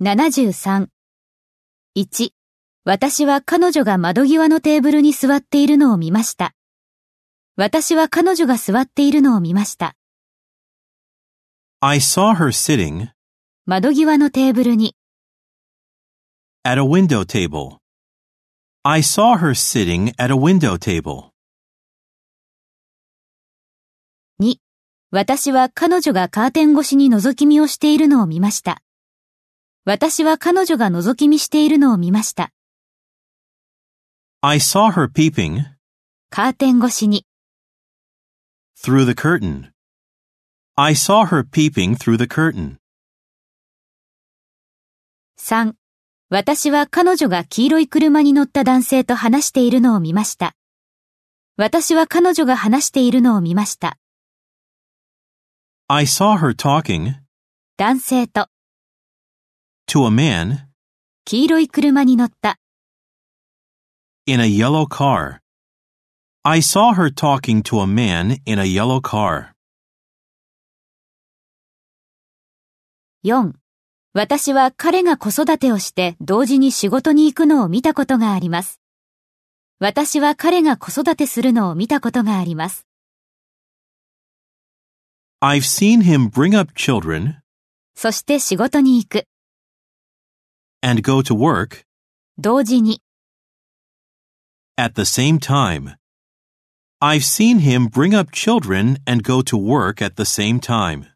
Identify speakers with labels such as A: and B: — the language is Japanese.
A: 73。1、私は彼女が窓際のテーブルに座っているのを見ました。私は彼女が座っているのを見ました。
B: I saw her sitting
A: 窓際のテーブルに。
B: at a window table. I saw her sitting at a window table.
A: 2、私は彼女がカーテン越しに覗き見をしているのを見ました。私は彼女が覗き見しているのを見ました。
B: I saw her peeping
A: カーテン越しに。
B: through the curtain. I saw her peeping through the curtain.
A: 3、私は彼女が黄色い車に乗った男性と話しているのを見ました。私は彼女が話しているのを見ました。
B: I saw her talking
A: 男性と、
B: to a man
A: 黄色い車に乗った。
B: in a yellow car. I saw her talking to a man in a yellow car.
A: 4、私は彼が子育てをして同時に仕事に行くのを見たことがあります。私は彼が子育てするのを見たことがあります。
B: I've seen him bring up children
A: そして仕事に行く。
B: and go to work
A: 同時に。
B: at the same time. I've seen him bring up children and go to work at the same time.